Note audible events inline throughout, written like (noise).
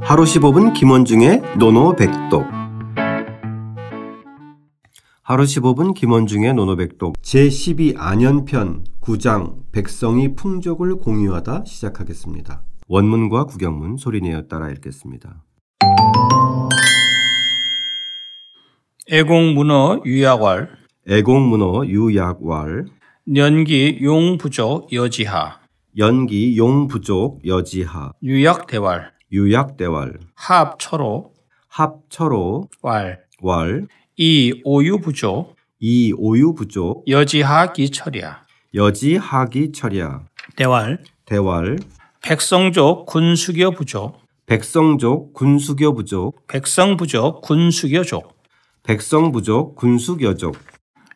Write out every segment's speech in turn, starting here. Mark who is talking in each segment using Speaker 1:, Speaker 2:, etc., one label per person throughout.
Speaker 1: 하루 15분 김원중의 노노백독 하루 15분 김원중의 노노백독 제12 안연편 9장 백성이 풍족을 공유하다 시작하겠습니다. 원문과 구경문 소리내어 따라 읽겠습니다.
Speaker 2: 애공문어 유약왈
Speaker 1: 애공문어 유약왈
Speaker 2: 연기 용부조 여지하
Speaker 1: 연기 용부족 여지하
Speaker 2: 유약대왈
Speaker 1: 유약대왈
Speaker 2: 합철호
Speaker 1: 합철호
Speaker 2: 왈
Speaker 1: 왈
Speaker 2: 이 오유부조
Speaker 1: 이 오유부족
Speaker 2: 여지하 기철이야
Speaker 1: 여지하기 철야
Speaker 2: 대왈
Speaker 1: 대왈
Speaker 2: 백성족 군수교 부조
Speaker 1: 백성족 군수교 부족
Speaker 2: 백성부족 군수교족
Speaker 1: 백성부족 군수교족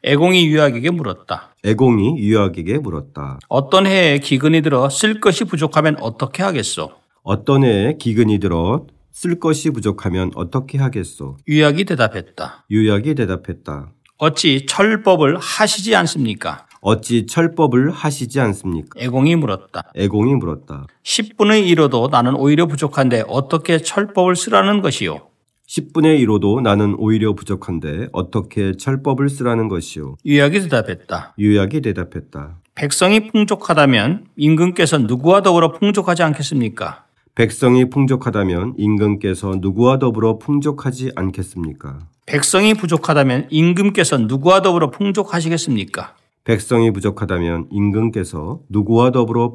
Speaker 2: 애공이 유약에게 물었다.
Speaker 1: 애공이 유학에게 물었다.
Speaker 2: 어떤 해에 기근이 들어 쓸 것이 부족하면 어떻게 하겠소?
Speaker 1: 어떤 해에 기근이 들어 쓸 것이 부족하면 어떻게 하겠소?
Speaker 2: 유약이 대답했다.
Speaker 1: 유학이 대답했다.
Speaker 2: 어찌 철법을 하시지 않습니까?
Speaker 1: 어찌 철법을 하시지 않습니까?
Speaker 2: 애공이 물었다.
Speaker 1: 애공이 물었다.
Speaker 2: 10분의 1로도 나는 오히려 부족한데 어떻게 철법을 쓰라는 것이요?
Speaker 1: 10분의 1호도 나는 오히려 부족한데 어떻게 철법을 쓰라는 것이오?
Speaker 2: 유약이 대답했다.
Speaker 1: 유학이 대답했다.
Speaker 2: 백성이 풍족하다면 임금께서 누구와 더불어 풍족하지 않겠습니까?
Speaker 1: 백성이 풍족하다면 임금께서 누구와 더불어 풍족하지 않겠습니까?
Speaker 2: 백성이 부족하다면 임금께서 누구와 더불어 풍족하시겠습니까?
Speaker 1: 백성이 부족하다면 임금께서 누구와 더불어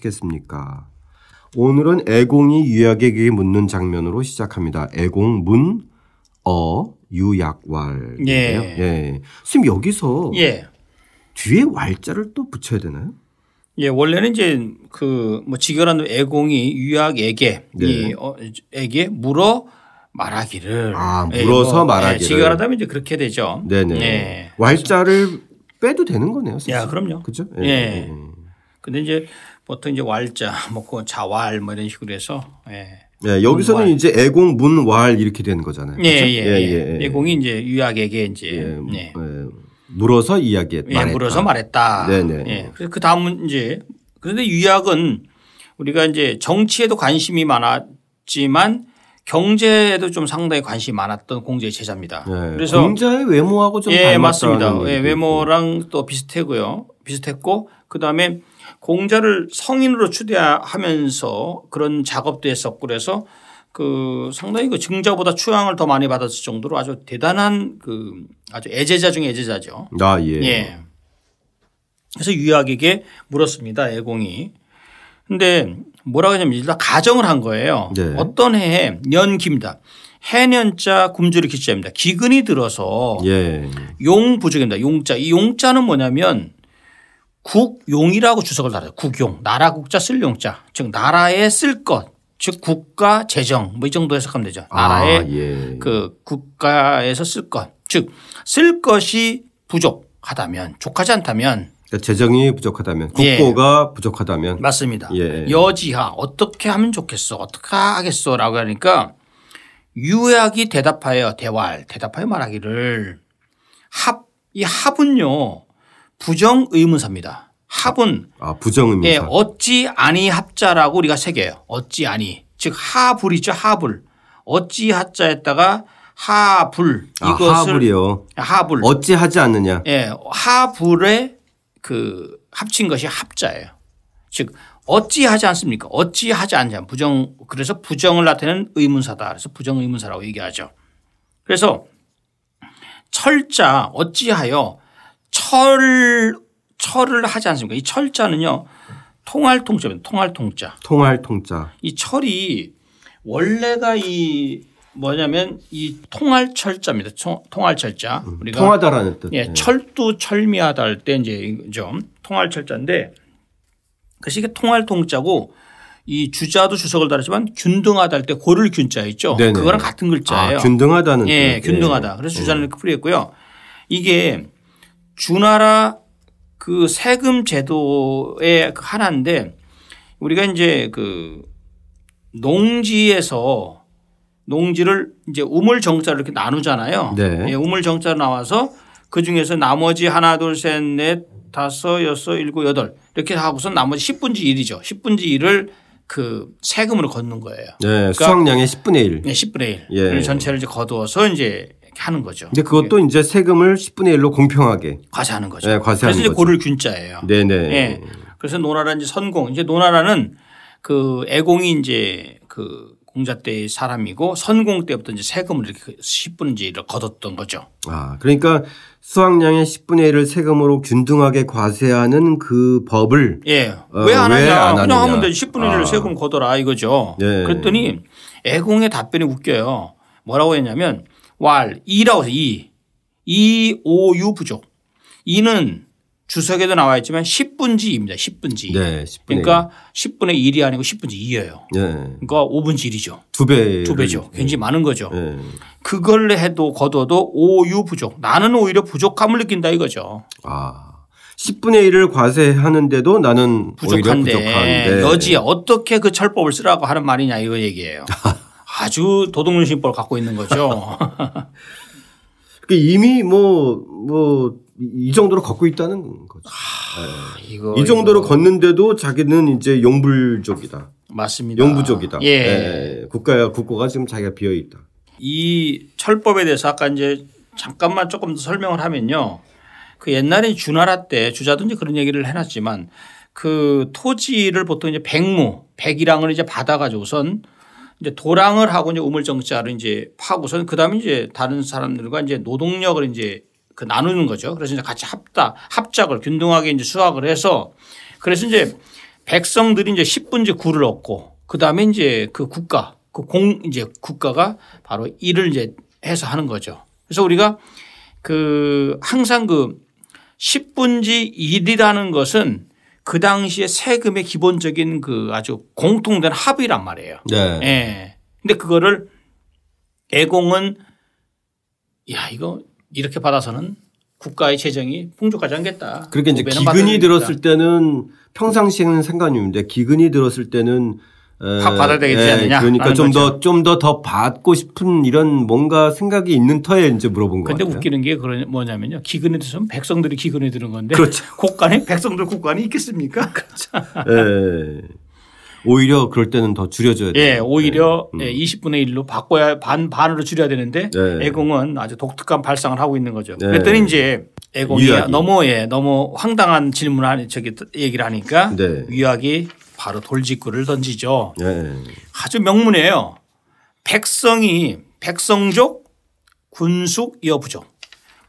Speaker 1: 풍족하시겠습니까? 오늘은 애공이 유약에게 묻는 장면으로 시작합니다. 애공 문, 어, 유약왈.
Speaker 2: 예.
Speaker 1: 예. 선생님, 여기서
Speaker 2: 예.
Speaker 1: 뒤에 왈자를 또 붙여야 되나요?
Speaker 2: 예, 원래는 이제 그 뭐 지결한 애공이 유약에게
Speaker 1: 네.
Speaker 2: 이 어, 에게 물어 말하기를
Speaker 1: 아,
Speaker 2: 예,
Speaker 1: 물어서
Speaker 2: 이거, 예,
Speaker 1: 말하기를.
Speaker 2: 지결하다면 이제 그렇게 되죠.
Speaker 1: 네네.
Speaker 2: 예.
Speaker 1: 왈자를 빼도 되는 거네요. 사실.
Speaker 2: 야, 그럼요.
Speaker 1: 그죠?
Speaker 2: 예. 근데 이제 보통 이제 왈자 뭐그 자왈 뭐 이런 식으로 해서 예.
Speaker 1: 예, 여기서는
Speaker 2: 문, 왈.
Speaker 1: 이제 애공 문 왈 이렇게 되는 거잖아요.
Speaker 2: 예,
Speaker 1: 그죠?
Speaker 2: 예, 예,
Speaker 1: 예.
Speaker 2: 공이 이제 유학에게 이제
Speaker 1: 예,
Speaker 2: 예,
Speaker 1: 예, 물어서 이야기했다.
Speaker 2: 예, 물어서 말했다.
Speaker 1: 네네.
Speaker 2: 예. 그래서 그 다음은 이제 그런데 유학은 우리가 이제 정치에도 관심이 많았지만 경제에도 좀 상당히 관심이 많았던 공자의 제자입니다.
Speaker 1: 예,
Speaker 2: 그래서
Speaker 1: 공자의 외모하고 좀
Speaker 2: 예,
Speaker 1: 닮았다는
Speaker 2: 맞습니다. 예,
Speaker 1: 얘기도
Speaker 2: 외모랑 또 비슷했고요. 비슷했고 그다음에 공자를 성인으로 추대하면서 그런 작업도 했었고 그래서 그 상당히 그 증자보다 추앙을 더 많이 받았을 정도로 아주 대단한 그 아주 애제자 중에 애제자죠.
Speaker 1: 있고. 아 예.
Speaker 2: 예. 그래서 유학에게 물었습니다. 애공이. 근데 뭐라고 하냐면 일단 가정을 한 거예요.
Speaker 1: 네.
Speaker 2: 어떤 해에 연기입니다. 해년자 굶주리 기자입니다. 기근이 들어서
Speaker 1: 예.
Speaker 2: 용 부족입니다. 용자. 이 용자는 뭐냐면 국용이라고 주석을 달아요. 국용. 나라 국자 쓸 용자. 즉 나라에 쓸 것. 즉 국가 재정 뭐 이 정도 해석하면 되죠. 나라의
Speaker 1: 아, 예.
Speaker 2: 그 국가에서 쓸 것. 즉 쓸 것이 부족하다면 족하지 않다면
Speaker 1: 그러니까 재정이 부족하다면
Speaker 2: 예.
Speaker 1: 국고가 부족하다면
Speaker 2: 맞습니다.
Speaker 1: 예.
Speaker 2: 여지하 어떻게 하면 좋겠어 어떻게 하겠어라고 하니까 유약이 대답하여 대활 대답하여 말하기를 합 이 합은요 부정 의문사입니다. 합은
Speaker 1: 아 부정의미사.
Speaker 2: 예, 어찌 아니 합자라고 우리가 새겨요. 어찌 아니 즉 하불이죠 하불 어찌 하자에다가 하불
Speaker 1: 아,
Speaker 2: 이것을
Speaker 1: 하불이요.
Speaker 2: 하불
Speaker 1: 어찌 하지 않느냐?
Speaker 2: 예, 하불의 그 합친 것이 합자예요. 즉 어찌하지 않습니까? 어찌하지 않냐? 부정 그래서 부정을 나타내는 의문사다. 그래서 부정 의문사라고 얘기하죠. 그래서 철자 어찌하여 철 철을 하지 않습니까? 이 철자는요 통할 통자입니다. 통할 통자.
Speaker 1: 통할 통자.
Speaker 2: 이 철이 원래가 이 뭐냐면 이 통할 철자입니다. 통- 통할 철자. 우리가
Speaker 1: 통하다라는 뜻. 아,
Speaker 2: 예, 철두 철미하다 할 때 이제 좀 통할 철자인데 그래서 이게 통할 통자고 이 주자도 주석을 달았지만 균등하다 할 때 고를 균자 있죠.
Speaker 1: 네네.
Speaker 2: 그거랑 같은 글자예요.
Speaker 1: 아, 균등하다는
Speaker 2: 예,
Speaker 1: 뜻.
Speaker 2: 균등하다. 그래서 주자는 이렇게 풀이했고요. 이게 주나라 그 세금 제도의 그 하나인데 우리가 이제 그 농지에서 농지를 이제 우물 정자로 이렇게 나누잖아요.
Speaker 1: 네.
Speaker 2: 예, 우물 정자로 나와서 그 중에서 나머지 하나, 둘, 셋, 넷, 다섯, 여섯, 일곱, 여덟 이렇게 하고서 나머지 10분지 1이죠. 10분지 1을 그 세금으로 걷는 거예요.
Speaker 1: 네, 수확량의 10분의 1.
Speaker 2: 네, 10분의 1
Speaker 1: 예. 네.
Speaker 2: 을 전체를 이제 거두어서 이제 이렇게 하는 거죠.
Speaker 1: 근데 그것도 이제 세금을 10분의 1로 공평하게.
Speaker 2: 과세하는 거죠.
Speaker 1: 네,
Speaker 2: 그래서
Speaker 1: 과세하는
Speaker 2: 이제
Speaker 1: 거죠.
Speaker 2: 고를 균자예요.
Speaker 1: 네,
Speaker 2: 예.
Speaker 1: 네.
Speaker 2: 그래서 노나라 이제 선공 이제 노나라는 그 애공이 이제 그 공자 때의 사람이고 선공 때부터 이제 세금을 이렇게 10분지를 거뒀던 거죠.
Speaker 1: 아, 그러니까 수확량의 10분의 1을 세금으로 균등하게 과세하는 그 법을
Speaker 2: 예.
Speaker 1: 어,
Speaker 2: 왜 안 하냐?
Speaker 1: 왜안
Speaker 2: 그냥 하면
Speaker 1: 하느냐.
Speaker 2: 되지. 10분의 1을
Speaker 1: 아.
Speaker 2: 세금 거둬라 이거죠.
Speaker 1: 예.
Speaker 2: 그랬더니 애공의 답변이 웃겨요. 뭐라고 했냐면 왈 이라고 해서 이. 이, 오, 유 부족. 이는 주석에도 나와 있지만 10분지입니다. 10분지.
Speaker 1: 네, 10분의
Speaker 2: 그러니까 10분의 1이 아니고 10분지 2예요.
Speaker 1: 1. 네.
Speaker 2: 그러니까 5분지 1이죠.
Speaker 1: 두 배.
Speaker 2: 두 배죠. 굉장히 많은 거죠.
Speaker 1: 네.
Speaker 2: 그걸 해도 거둬도 오유 부족. 나는 오히려 부족함을 느낀다 이거죠.
Speaker 1: 아. 10분의 1을 과세하는데도 나는
Speaker 2: 부족한데,
Speaker 1: 오히려 부족한데.
Speaker 2: 여지 어떻게 그 철법을 쓰라고 하는 말이냐 이거 얘기예요. 아주 도덕문신법을 갖고 있는 거죠.
Speaker 1: 그러니까 이미 뭐, 뭐, 이 정도로 걷고 있다는 거죠.
Speaker 2: 이거
Speaker 1: (laughs) 이 정도로
Speaker 2: 뭐.
Speaker 1: 걷는데도 자기는 이제 용불족이다.
Speaker 2: 맞습니다.
Speaker 1: 용부족이다.
Speaker 2: 아, 예.
Speaker 1: 예. 국가야, 국고가 지금 자기가 비어 있다.
Speaker 2: 이 철법에 대해서 아까 이제 잠깐만 조금 더 설명을 하면요. 그 옛날에 주나라 때 주자도 이제 그런 얘기를 해놨지만 그 토지를 보통 이제 백무, 백이랑을 이제 받아가지고선 이제 도랑을 하고 이제 우물정자를 이제 파고선 그 다음에 이제 다른 사람들과 이제 노동력을 이제 그 나누는 거죠. 그래서 이제 같이 합다, 합작을 균등하게 이제 수확을 해서 그래서 이제 백성들이 이제 10분제 구를 얻고 그 다음에 이제 그 국가 그 공 이제 국가가 바로 일을 이제 해서 하는 거죠. 그래서 우리가 그 항상 그 10분지 일이라는 것은 그 당시에 세금의 기본적인 그 아주 공통된 합의란 말이에요.
Speaker 1: 네.
Speaker 2: 예. 근데 그거를 애공은 야 이거 이렇게 받아서는 국가의 재정이 풍족하지 않겠다.
Speaker 1: 그렇게 이제
Speaker 2: 두 배는 받아야
Speaker 1: 기근이
Speaker 2: 되겠다.
Speaker 1: 들었을 때는 평상시에는 상관이 없는데 기근이 들었을 때는 에,
Speaker 2: 확 받아야 되겠지
Speaker 1: 예,
Speaker 2: 않느냐
Speaker 1: 그러니까
Speaker 2: 라는
Speaker 1: 좀 더
Speaker 2: 거죠.
Speaker 1: 좀 더 더 받고 싶은 이런 뭔가 생각이 있는 터에 이제 물어본 거
Speaker 2: 근데
Speaker 1: 같아요.
Speaker 2: 웃기는 게 그런 뭐냐면요. 기근에 드시면 백성들이 기근에 드는 건데
Speaker 1: 그렇죠.
Speaker 2: 국간에 (laughs) 그렇죠. 백성들 국간이 (laughs) 있겠습니까?
Speaker 1: 예. 오히려 그럴 때는 더 줄여줘야 돼요.
Speaker 2: 예, 오히려 예, 20분의 1로 바꿔야 반 반으로 줄여야 되는데
Speaker 1: 네.
Speaker 2: 애공은 아주 독특한 발상을 하고 있는 거죠.
Speaker 1: 네.
Speaker 2: 그랬더니 이제 애공이
Speaker 1: 위약이.
Speaker 2: 너무 예, 너무 황당한 질문을 하니 저기 얘기를 하니까
Speaker 1: 네.
Speaker 2: 위약이 바로 돌직구를 던지죠.
Speaker 1: 예.
Speaker 2: 아주 명문이에요. 백성이 백성족 군숙 여부족.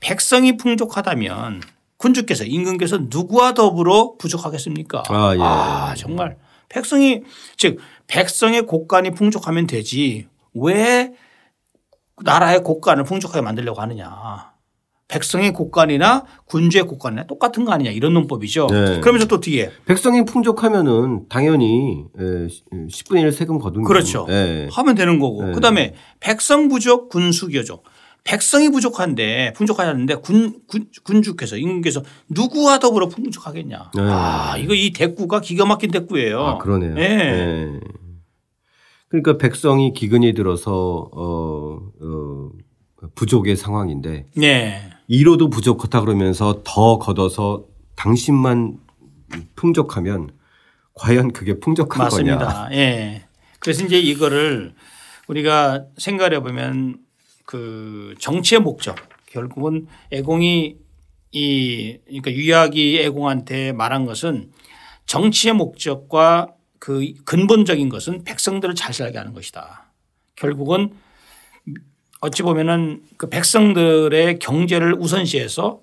Speaker 2: 백성이 풍족하다면 군주께서 임금께서 누구와 더불어 부족하겠습니까?
Speaker 1: 아, 예.
Speaker 2: 정말 백성이 즉 백성의 곡간이 풍족하면 되지 왜 나라의 곡간을 풍족하게 만들려고 하느냐? 백성의 곡간이나 군주의 곡간이나 똑같은 거 아니냐 이런 논법이죠.
Speaker 1: 네.
Speaker 2: 그러면서 또 뒤에
Speaker 1: 백성이 풍족하면은 당연히 예, 10분의 1 세금 거두는
Speaker 2: 그렇죠.
Speaker 1: 예.
Speaker 2: 하면 되는 거고.
Speaker 1: 네.
Speaker 2: 그다음에 백성 부족 군수교족. 백성이 부족한데 풍족하는데 군, 군 군주께서 임금께서 누구와 더불어 풍족하겠냐.
Speaker 1: 네.
Speaker 2: 아 이거 이 대꾸가 기가 막힌 대꾸예요.
Speaker 1: 아, 그러네요.
Speaker 2: 예.
Speaker 1: 예. 그러니까 백성이 기근이 들어서 어, 어, 부족의 상황인데
Speaker 2: 네.
Speaker 1: 이로도 부족하다 그러면서 더 걷어서 당신만 풍족하면 과연 그게 풍족한 거냐?
Speaker 2: 맞습니다. 예. 그래서 이제 이거를 우리가 생각해 보면 그 정치의 목적 결국은 애공이 이 그러니까 유약이 애공한테 말한 것은 정치의 목적과 그 근본적인 것은 백성들을 잘 살게 하는 것이다. 결국은 어찌 보면은 그 백성들의 경제를 우선시해서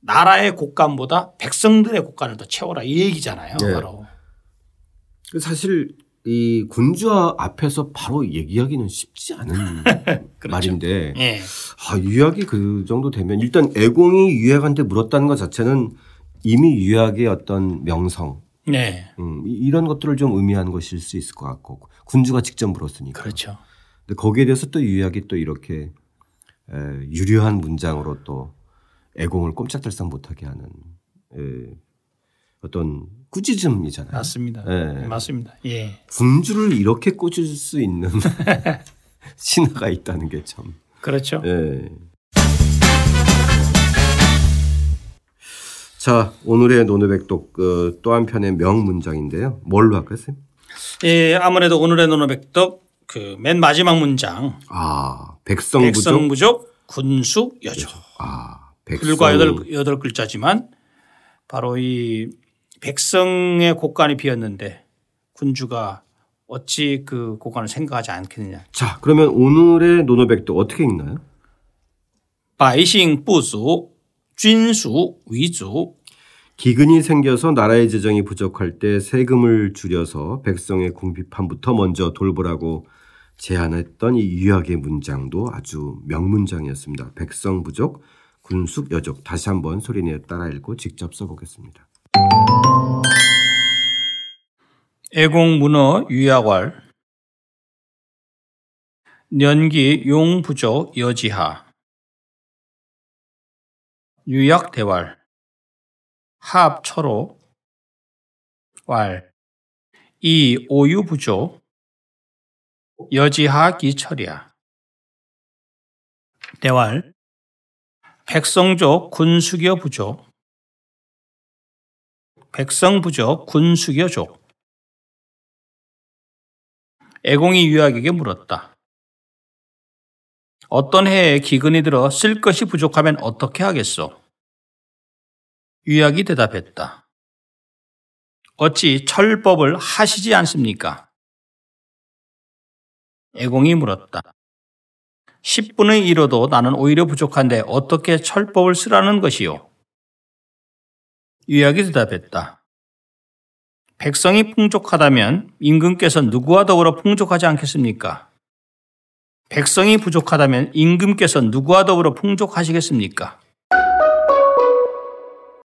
Speaker 2: 나라의 곡간보다 백성들의 곡간을 더 채워라 이 얘기잖아요.
Speaker 1: 네.
Speaker 2: 바로.
Speaker 1: 그 사실 이 군주와 앞에서 바로 얘기하기는 쉽지
Speaker 2: (laughs)
Speaker 1: 않은 말인데
Speaker 2: 예.
Speaker 1: 아, 유학이 그 정도 되면 일단 애공이 유학한테 물었다는 것 자체는 이미 유학의 어떤 명성
Speaker 2: 네.
Speaker 1: 음, 이- 이런 것들을 좀 의미하는 것일 수 있을 것 같고 군주가 직접 물었으니까.
Speaker 2: 그렇죠.
Speaker 1: 근데 거기에 대해서 또 유학이 또 이렇게 에, 유려한 문장으로 또 애공을 꼼짝달싹 못하게 하는 에, 어떤 꾸짖음이잖아요.
Speaker 2: 맞습니다.
Speaker 1: 예.
Speaker 2: 맞습니다. 예.
Speaker 1: 군주를 이렇게 꾸짖을 수
Speaker 2: (laughs)
Speaker 1: 있는 신화가 있다는 게 참.
Speaker 2: 그렇죠.
Speaker 1: 예. 자 오늘의 노노백독 어, 또 한편의 명문장인데요. 뭘로 할까요, 쌤?
Speaker 2: 예, 아무래도 오늘의 논어백덕 그 맨 마지막 문장
Speaker 1: 아, 백성부족.
Speaker 2: 백성부족 군수 여조
Speaker 1: 아, 백성.
Speaker 2: 불과 여덟 여덟 글자지만 바로 이 백성의 곳간이 비었는데 군주가 어찌 그 곳간을 생각하지 않겠느냐.
Speaker 1: 자, 그러면 오늘의 노노백도 어떻게 읽나요?
Speaker 2: 百姓 부수 준수 위주
Speaker 1: 기근이 생겨서 나라의 재정이 부족할 때 세금을 줄여서 백성의 궁비판부터 먼저 돌보라고 제안했던 이 유학의 문장도 아주 명문장이었습니다. 백성 부족, 군숙 여족 다시 한번 소리내어 따라 읽고 직접 써보겠습니다.
Speaker 2: 애공 문어 유야월 년기 용부조 여지하 유약 대활 합 철호 왈이 오유 부조 여지하 기철이야 대활 백성족 군수교 부조 백성부족 군수교족 애공이 유학에게 물었다. 어떤 해에 기근이 들어 쓸 것이 부족하면 어떻게 하겠소? 유학이 대답했다. 어찌 철법을 하시지 않습니까? 애공이 물었다. 10분의 1호도 나는 오히려 부족한데 어떻게 철법을 쓰라는 것이요? 유학이 대답했다. 백성이 풍족하다면 임금께서 누구와 더불어 풍족하지 않겠습니까? 백성이 부족하다면 임금께서 누구와 더불어 풍족하시겠습니까?